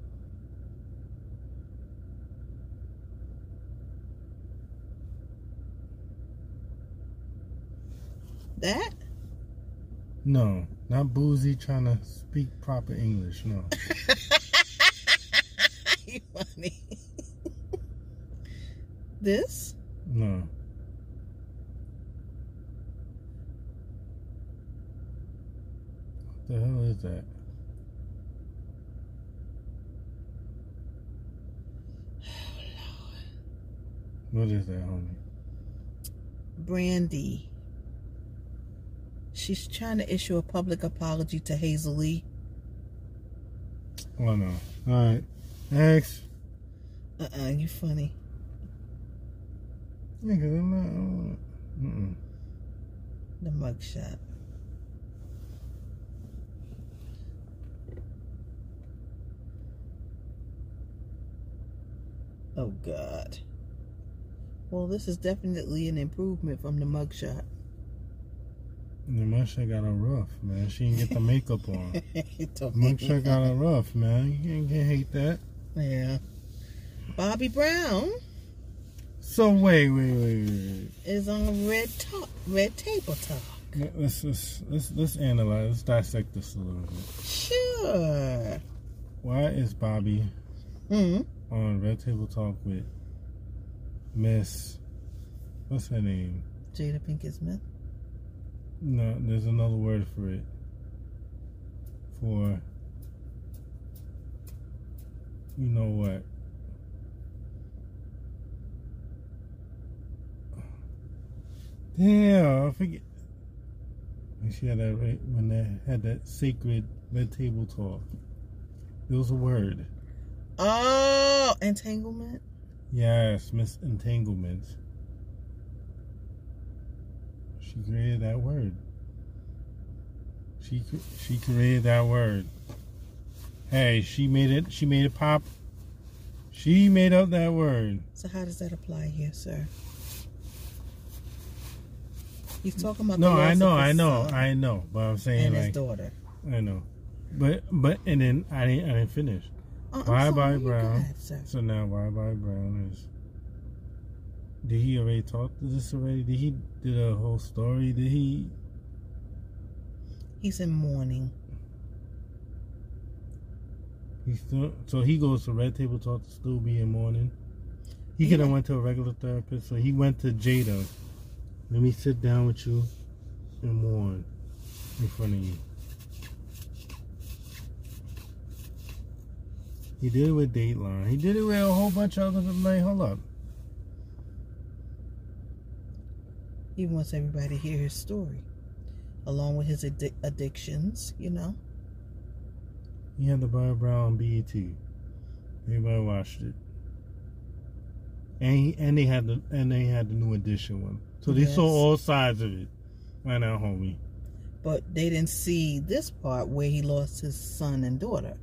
S2: That? <laughs>
S1: No, not boozy trying to speak proper English. No.
S2: you funny. <laughs> this?
S1: No. What the hell is that? What is that, homie?
S2: Brandy. She's trying to issue a public apology to Hazel Lee.
S1: Oh no. Alright. Next.
S2: Uh uh-uh, uh, you funny.
S1: Yeah, because I'm not. I don't- uh, Mm-mm.
S2: The mugshot. Oh, God. Well, this is definitely an improvement from the mugshot.
S1: The mugshot got a rough, man. She didn't get the makeup on.
S2: <laughs> Don't make me
S1: Mugshot got a rough, man. You can't, can't hate that.
S2: Yeah. Bobby Brown
S1: So, wait, wait, wait, wait.
S2: is on red top, red table top.
S1: wait. Let's, let's, let's, let's analyze, let's dissect this a little bit.
S2: Sure.
S1: Why is Bobby
S2: Hmm.
S1: on Red Table Talk with Miss. What's her name?
S2: Jada Pinkett Smith.
S1: No, there's another word for it. For. You know what? Damn, I forget. When she had that right when they had that sacred red table talk. There was a word.
S2: Oh, entanglement.
S1: Yes, Miss Entanglement. She created that word. She cr- she created that word. Hey, she made it. She made it pop. She made up that word.
S2: So how does that apply here, sir? He's talking about
S1: No,
S2: the
S1: I
S2: loss
S1: know,
S2: of his
S1: I know,
S2: son
S1: I know. But I'm saying
S2: and his
S1: like
S2: daughter.
S1: I know, but but and then I didn't I didn't finish.
S2: Oh, I'm
S1: Bye,
S2: sorry,
S1: bye,
S2: you go
S1: Brown.
S2: ahead, sir.
S1: So now why why Brown is did he already talk to this already? Did he did a whole story? Did he
S2: He's in mourning.
S1: He still so he goes to Red Table Talk to still be in mourning. He could have went to a regular therapist, so he went to Jada. Let me sit down with you and mourn in front of you. He did it with Dateline. He did it with a whole bunch of others. Like, hold up,
S2: He wants everybody to hear his story, along with his addic- addictions. You know.
S1: he had the Barry Brown on BET. Everybody watched it, and he, and they had the and they had the new edition one. So they
S2: Yes.
S1: saw all sides of it. Right now, homie.
S2: but they didn't see this part where he lost his son and daughter.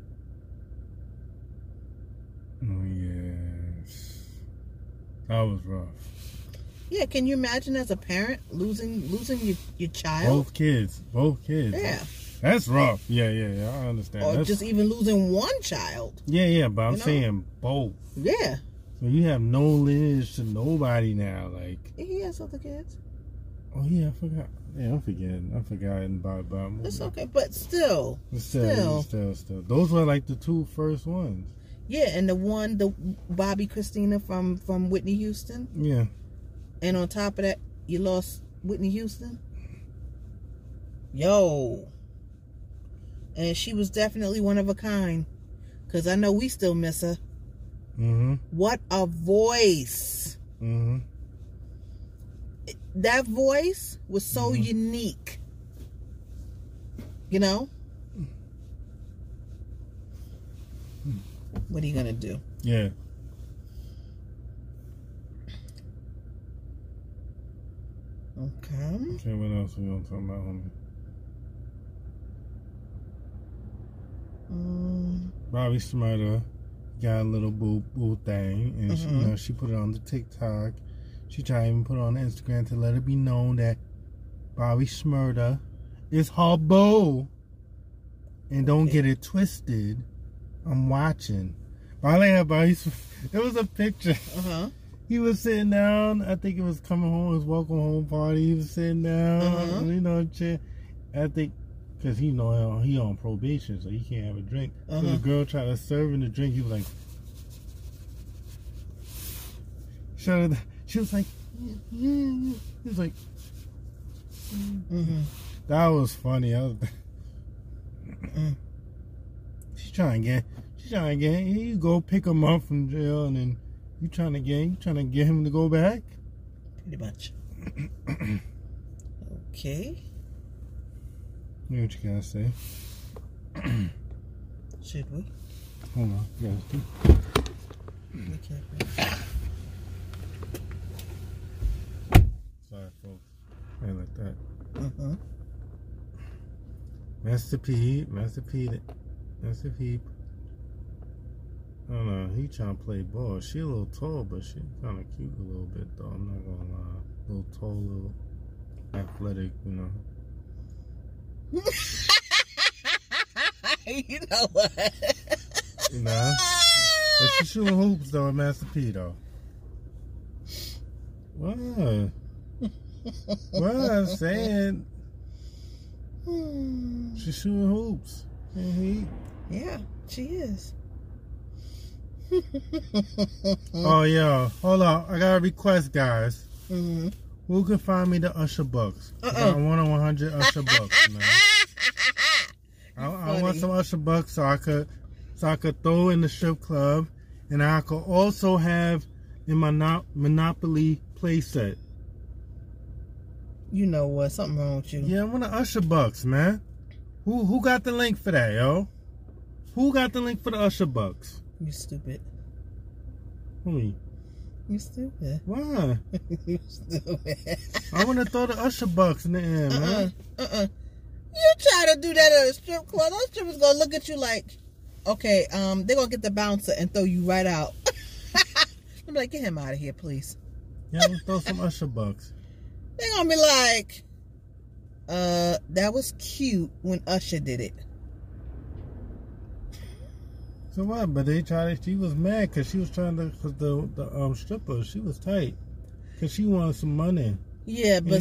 S1: Oh yes, that was rough.
S2: Yeah, can you imagine as a parent losing losing your, your child?
S1: Both kids, both kids.
S2: yeah,
S1: that's rough. Yeah, yeah, yeah. I understand.
S2: or
S1: That's-
S2: just even losing one child.
S1: yeah, yeah. But I'm
S2: you know?
S1: saying both.
S2: Yeah,
S1: So you have no lineage to nobody now. Like,
S2: he has other kids.
S1: oh yeah, I forgot. Yeah, I'm forgetting. I'm forgetting about about.
S2: It's okay, but still,
S1: But still, still,
S2: Still.
S1: still, still. Those were like the two first ones.
S2: yeah. And the one, the Bobby Christina from from Whitney Houston,
S1: Yeah,
S2: and on top of that, you lost Whitney Houston. Yo, and she was definitely one of a kind, cause I know we still miss her.
S1: mm-hmm,
S2: What a voice!
S1: mm-hmm.
S2: that voice was so
S1: Mhm.
S2: unique. You know? What are you going to do?
S1: Yeah.
S2: Okay.
S1: Okay, what else we gonna talk about, homie?
S2: Mm,
S1: Bobby Smyrna got a little boo boo thing, and she, you
S2: Mhm.
S1: know she put it on the TikTok. She tried to even put it on Instagram to let it be known that Bobby Smyrna is her boo, and don't get it twisted. I'm watching. Bobby had Bobby. Sm- It was a picture.
S2: uh-huh.
S1: He was sitting down. I think it was coming home. His welcome home party. He was sitting down.
S2: Uh-huh.
S1: You know, chill. I think because he know he on probation, so he can't have a drink. So
S2: Uh-huh.
S1: the girl tried to serve him the drink. He was like, shut it. down." She was like, "Yeah, yeah, yeah." he was like,
S2: hmm
S1: that was funny. I was,
S2: Mm.
S1: she trying to get, she trying to get. Here you go pick him up from jail, and then you trying to get, you trying to get him to go back. <clears throat>
S2: Pretty much. okay.
S1: You know what you gotta say.
S2: Should we?
S1: Hold on, you guys.
S2: We
S1: Hmm.
S2: can't. read.
S1: Sorry, folks. I like that.
S2: Mhm.
S1: Master P, Master P, Master P. I don't know. He trying to play ball. She a little tall, but she kind of cute a little bit though. I'm not gonna lie. little tall, little athletic, you know.
S2: <laughs> you know what?
S1: You know. But she shooting hoops though, Master P though. What? what I'm saying,
S2: Hmm.
S1: she shooting hoops. And he,
S2: <sighs> yeah, she is. <laughs>
S1: oh yeah. Hold on. I got a request, guys.
S2: Mhm.
S1: Who can find me the Usher Bucks?
S2: Uh-uh.
S1: I want a 100 Usher
S2: <laughs>
S1: Bucks, man. I, I want
S2: funny.
S1: some Usher Bucks so I could so I could throw in the strip club, and I could also have in my no- Monopoly playset.
S2: You know what? Something wrong with you.
S1: Yeah, I want a Usher Bucks, man. Who who got the link for that, yo? Who got the link for the Usher Bucks?
S2: You stupid.
S1: Homie,
S2: You stupid. <laughs>
S1: why?
S2: you stupid.
S1: I want to throw the Usher Bucks in the air,
S2: Uh-uh.
S1: man.
S2: Uh-uh. You try to do that at a strip club, those strippers gonna look at you like, okay, um, they're gonna get the bouncer and throw you right out. <laughs> I'm like, get him out of here, please.
S1: Yeah, I want to throw some Usher Bucks.
S2: They're gonna be like, uh, that was cute when Usher did it.
S1: So what? But they tried. to- She was mad because she was trying to. Because the the um stripper, she was tight. Because she wanted some money.
S2: Yeah, but
S1: Anything-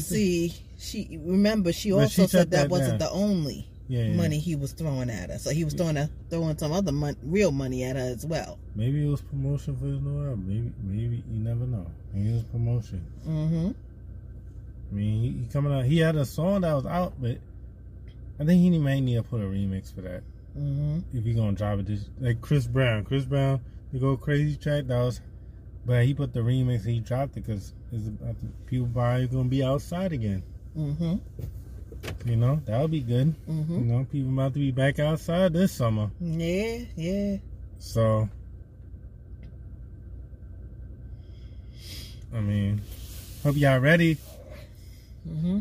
S2: see, she remember she
S1: Mm-hmm. But
S2: also
S1: she shut
S2: said that
S1: that
S2: wasn't
S1: down.
S2: the only
S1: Yeah. yeah.
S2: money he was throwing at her. So he was throwing a, throwing some other mon- real money at her as well.
S1: Maybe it was promotion for his new album. Maybe maybe you never know. Maybe it was promotion.
S2: Mm-hmm.
S1: I mean, he, he coming out. He had a song that was out, but I think he may need to put a remix for that
S2: Mm-hmm.
S1: if he gonna drop it. This like Chris Brown. Chris Brown, the Go Crazy track that was, but he put the remix. and He dropped it because people probably gonna be outside again.
S2: Mm-hmm.
S1: You know that would be good.
S2: Mm-hmm.
S1: You know, people about to be back outside this summer.
S2: Yeah, yeah.
S1: So, I mean, hope y'all ready.
S2: Mm-hmm.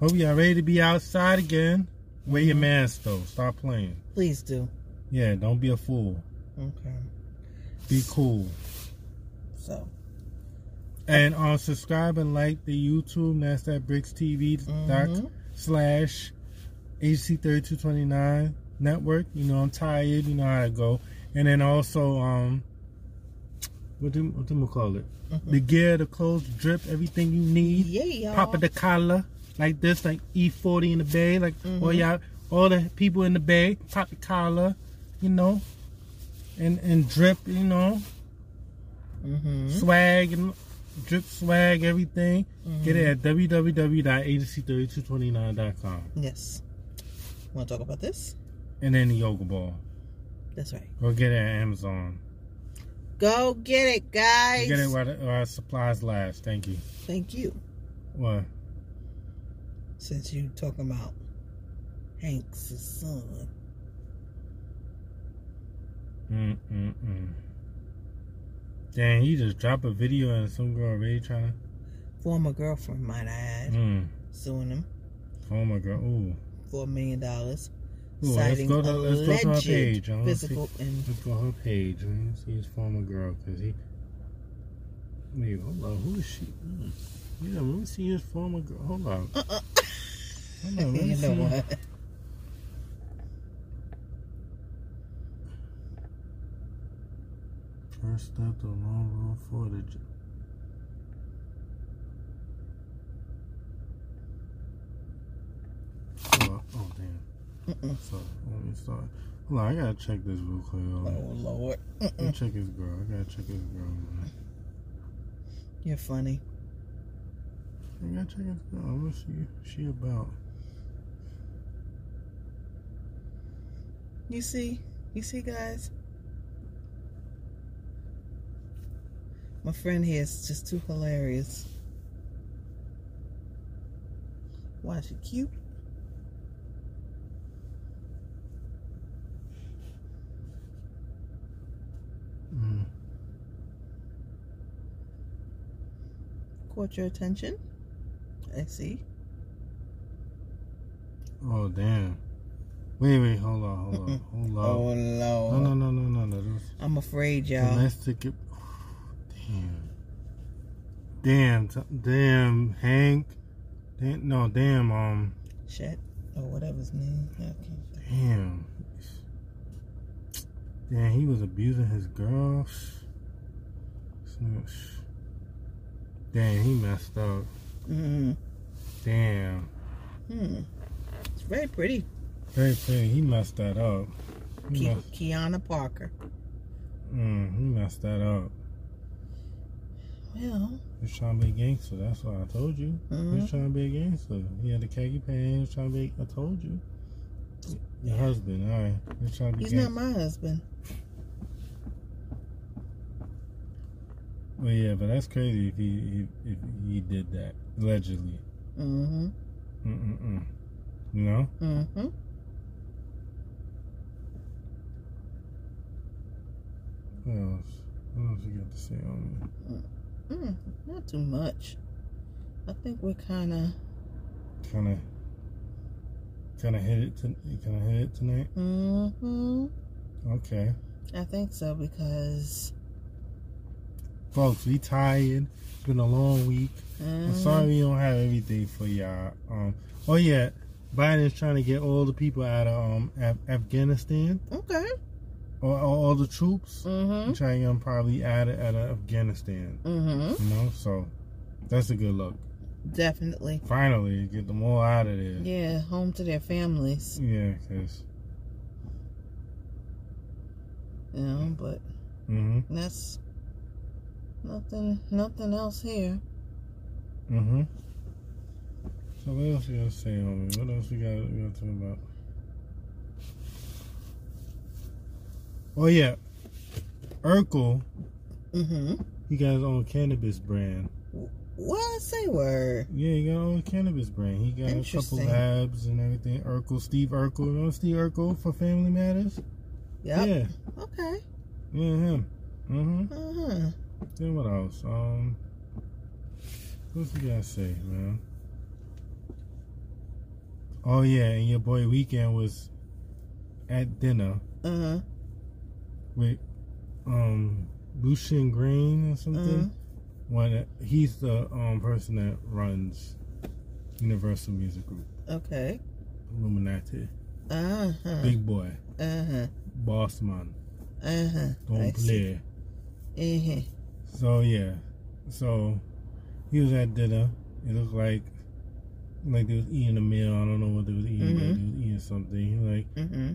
S1: Hope y'all ready to be outside again. Wear your mask though. Stop playing.
S2: Please do.
S1: Yeah, don't be a fool.
S2: Okay.
S1: Be cool.
S2: So.
S1: And uh, subscribe and like the YouTube. That's that Bricks TV doc
S2: mhm.
S1: slash HC3229 network. You know, I'm tired. You know how to go. And then also, um, what do, what do we call it?
S2: Mhm.
S1: The gear, the clothes, the drip, everything you need.
S2: Yeah, y'all.
S1: Papa the collar, like this, like E40 in the bay, like all
S2: Mhm.
S1: y'all, all the people in the bay, pop the collar, you know, and and drip, you know,
S2: Mm-hmm.
S1: swag and drip swag, everything. Get
S2: Mm-hmm.
S1: it at www.agency3229.com,
S2: Yes. Want to talk about this?
S1: and then the yoga ball.
S2: That's right.
S1: Go get it at Amazon.
S2: Go get it, guys.
S1: Get it while, the, while supplies last. Thank you.
S2: Thank you.
S1: Why?
S2: since you talking about Hank's son.
S1: Mm mm mm. Dang, he just dropped a video and some girl already trying
S2: Former girlfriend, might I
S1: to.
S2: add,
S1: Mm.
S2: suing him
S1: Oh my girl. Ooh.
S2: for a million dollars,
S1: Ooh, let's
S2: citing
S1: go to let's go to her
S2: alleged
S1: page. I wanna see,
S2: physical and
S1: let's go to her page. Let me see his former girl, cause he. Wait, hold on. Who is she? Mm. Yeah, let me see his former girl. Hold on.
S2: Uh-uh.
S1: Hold on. Let me
S2: <laughs> you
S1: see.
S2: know what?
S1: First step to long road footage. Oh, oh damn.
S2: Mm-mm.
S1: So let me start. Hold on, I gotta check this real quick. Hold on.
S2: Oh Lord,
S1: Let me
S2: Mm-mm.
S1: check his girl. I gotta check his girl. Man.
S2: you're funny.
S1: I gotta check his girl. Let me see what she about.
S2: You see, you see, guys. My friend here is just too hilarious. Why is she cute?
S1: Mm.
S2: Caught your attention? I see.
S1: Oh damn. Wait, wait, hold on, hold on, hold
S2: <laughs> Oh
S1: on.
S2: Lord.
S1: No, no, no, no, no, no. This
S2: I'm afraid, y'all.
S1: domestic. Damn. Damn, t- damn, Hank. Damn, no, damn, um,
S2: Shit. Or whatever his name. Okay.
S1: damn. Damn, he was abusing his girl. This nigga- Damn, he messed up.
S2: Mm.
S1: Damn.
S2: Hmm. It's very pretty.
S1: Very pretty. He messed that up. He,
S2: Ke-
S1: messed,
S2: Kiana Parker.
S1: mm, he messed that up.
S2: Well,
S1: He's trying to be a gangster. That's why I told you. He
S2: mhm.
S1: was trying to be a gangster. He had the khaki pants. Trying to be. I told you. Your husband. All right. He was trying to be.
S2: he's
S1: gangster.
S2: not my husband.
S1: Well, yeah, but that's crazy if he if, if he did that allegedly.
S2: Mm-hmm.
S1: Mm-mm-mm. You know?
S2: Mm-hmm.
S1: What else? What else you got to say on me?
S2: Mm, not too much. I think we're kind of.
S1: Kind of. Kind of hit it. To, kind of hit it tonight.
S2: Mm-hmm.
S1: Okay,
S2: I think so because.
S1: folks, we tired. It's been a long week. I'm
S2: Mhm.
S1: sorry we don't have everything for y'all. Um. Oh yeah, Biden's trying to get all the people out of um Af- Afghanistan.
S2: Okay.
S1: All, all, all the troops.
S2: Mm-hmm.
S1: Trying them probably out of, out of Afghanistan.
S2: Mm-hmm.
S1: You know, so that's a good look.
S2: Definitely.
S1: Finally, get them all out of there.
S2: Yeah. Home to their families.
S1: Yeah, because.
S2: You know, but
S1: Mm
S2: that's nothing. Nothing else here.
S1: hmm. Mm hmm. So, what else we got to say, homie? What else we got we gotta talk about? Oh, yeah. Urkel,
S2: Mm-hmm.
S1: he got his own cannabis brand.
S2: What? Say word.
S1: Yeah, he got his own cannabis brand. He got a couple
S2: Interesting.
S1: labs and everything. Urkel, Steve Urkel. You know Steve Urkel for Family Matters?
S2: Yep.
S1: Yeah.
S2: Okay.
S1: Yeah, him. Mm hmm.
S2: Uh-huh.
S1: Then what else? Um, what else you gotta say, man? Oh yeah, and your boy Weekend was at dinner
S2: Uh-huh.
S1: with um Lucian Green or
S2: Uh-huh.
S1: something. One, he's the um person that runs Universal Music Group,
S2: Okay.
S1: Illuminati,
S2: Uh-huh.
S1: Big Boy,
S2: Uh-huh.
S1: Boss Man,
S2: Uh-huh.
S1: Don't Play.
S2: Uh-huh.
S1: So yeah, so he was at dinner. It looked like like they was eating a meal. I don't know what they was eating, but they was eating something. He Like
S2: Mm-hmm.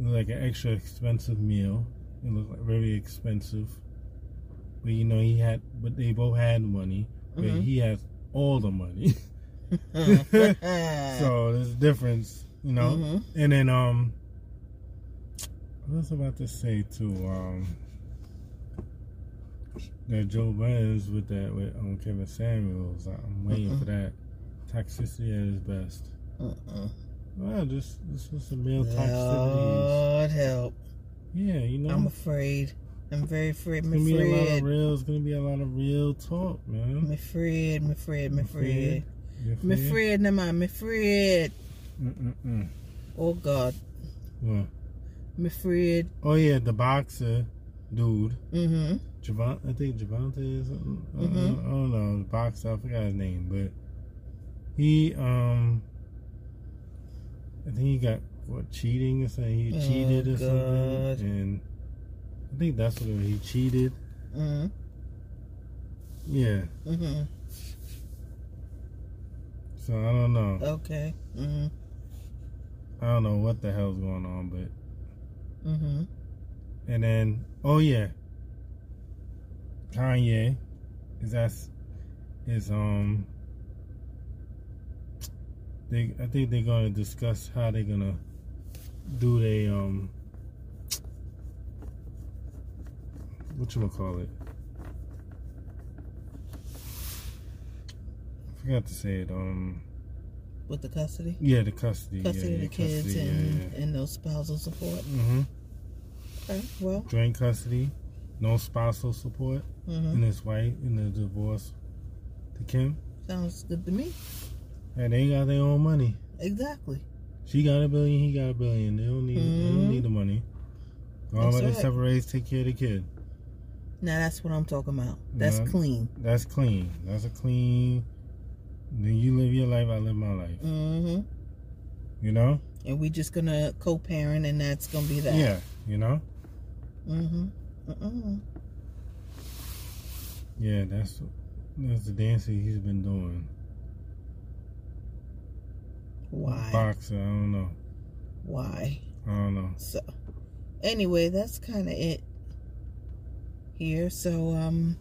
S1: it was like an extra expensive meal. It looked like very expensive, but you know he had. But they both had money. But
S2: Mhm.
S1: he has all the money, <laughs>
S2: Mm-hmm. <laughs> so,
S1: so there's a difference, you know.
S2: Mhm.
S1: And then um, what was I about to say too? Um, that Joe Budden's with that with um, Kevin Samuels. I'm waiting
S2: Mm-mm.
S1: for that toxicity at its best.
S2: Mm-mm.
S1: Well, this this was some male toxicity.
S2: Lord help.
S1: Yeah, you know,
S2: I'm afraid. I'm very afraid.
S1: it's
S2: My
S1: gonna be a lot of
S2: Fred.
S1: real. It's gonna be a lot of real talk, man.
S2: My Fred. My Fred. My
S1: My
S2: Fred.
S1: Fred. You
S2: My
S1: feel?
S2: Fred. Never mind. My Fred.
S1: Mm-mm-mm.
S2: Oh God.
S1: What?
S2: My Fred.
S1: Oh yeah, the boxer dude,
S2: Mm-hmm.
S1: Javon. I think Javante is. something. I- I-
S2: Mhm.
S1: I don't know the boxer. I forgot his name, but he um, I think he got what cheating or something. He
S2: Oh,
S1: cheated or
S2: God.
S1: something, and I think that's what it was. he cheated.
S2: Mm-hmm.
S1: Yeah.
S2: Mm-hmm.
S1: So I don't know.
S2: Okay. Mm-hmm.
S1: I don't know what the hell's going on, but
S2: Mm-hmm.
S1: and then oh yeah, Kanye is that's is um. They I think they're gonna discuss how they're gonna do they um. What you call it? Forgot to say it. Um,
S2: With the custody.
S1: yeah, the custody,
S2: Custody
S1: yeah, yeah,
S2: of the kids
S1: custody,
S2: and,
S1: yeah,
S2: and those spousal support.
S1: yeah. hmm
S2: Okay. Well.
S1: joint custody, no spousal support
S2: Mm-hmm.
S1: in his wife in the divorce to Kim.
S2: Sounds good to me.
S1: And they got their own money.
S2: Exactly.
S1: She got a billion, he got a billion. They don't need they
S2: Mhm.
S1: don't need the money. All
S2: That's
S1: about they
S2: right.
S1: separates, take care of the kid.
S2: Now that's what I'm talking about. That's
S1: Yeah.
S2: clean.
S1: That's clean. That's a clean then you live your life, I live my life.
S2: Mm-hmm.
S1: You know?
S2: And we just gonna co-parent, and that's gonna be that.
S1: Yeah. You know?
S2: Mm-hmm. Mm-mm.
S1: Yeah, that's that's the dancing he's been doing.
S2: Why?
S1: Boxer, I don't know.
S2: Why?
S1: I don't know.
S2: So, anyway, that's kind of it here. So, um,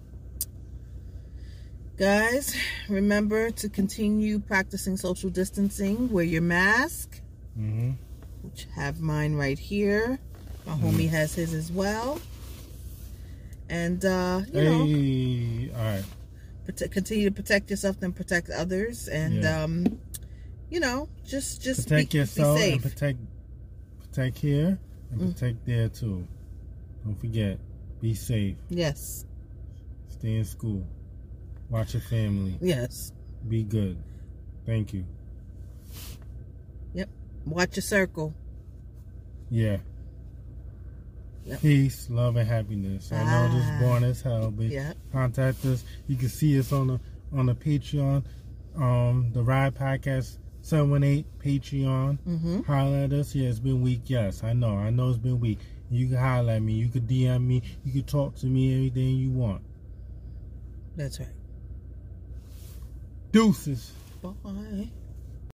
S2: guys, remember to continue practicing social distancing. Wear your mask,
S1: hmm
S2: which have mine right here. My
S1: Mm.
S2: homie has his as well. And uh, you know,
S1: Hey, all right.
S2: prote- continue to protect yourself and protect others. And
S1: Yeah.
S2: um, you know, just just
S1: protect
S2: be,
S1: yourself
S2: be
S1: and
S2: safe.
S1: protect protect here and
S2: Mm.
S1: protect there too. Don't forget, be safe,
S2: yes,
S1: stay in school, watch your family,
S2: yes.
S1: be good. Thank you.
S2: Watch your circle.
S1: Yeah.
S2: Yep.
S1: Peace, love, and happiness. I know
S2: Ah.
S1: this born as hell, but
S2: Yeah.
S1: contact us. You can see us on the on the Patreon, um, the Ride Podcast 718 Patreon.
S2: Mm-hmm.
S1: Holler at us. Yeah, it's been weak. Yes, I know. I know it's been weak. You can holler at me. You can DM me. You can talk to me. Everything you want.
S2: That's right.
S1: Deuces.
S2: Bye.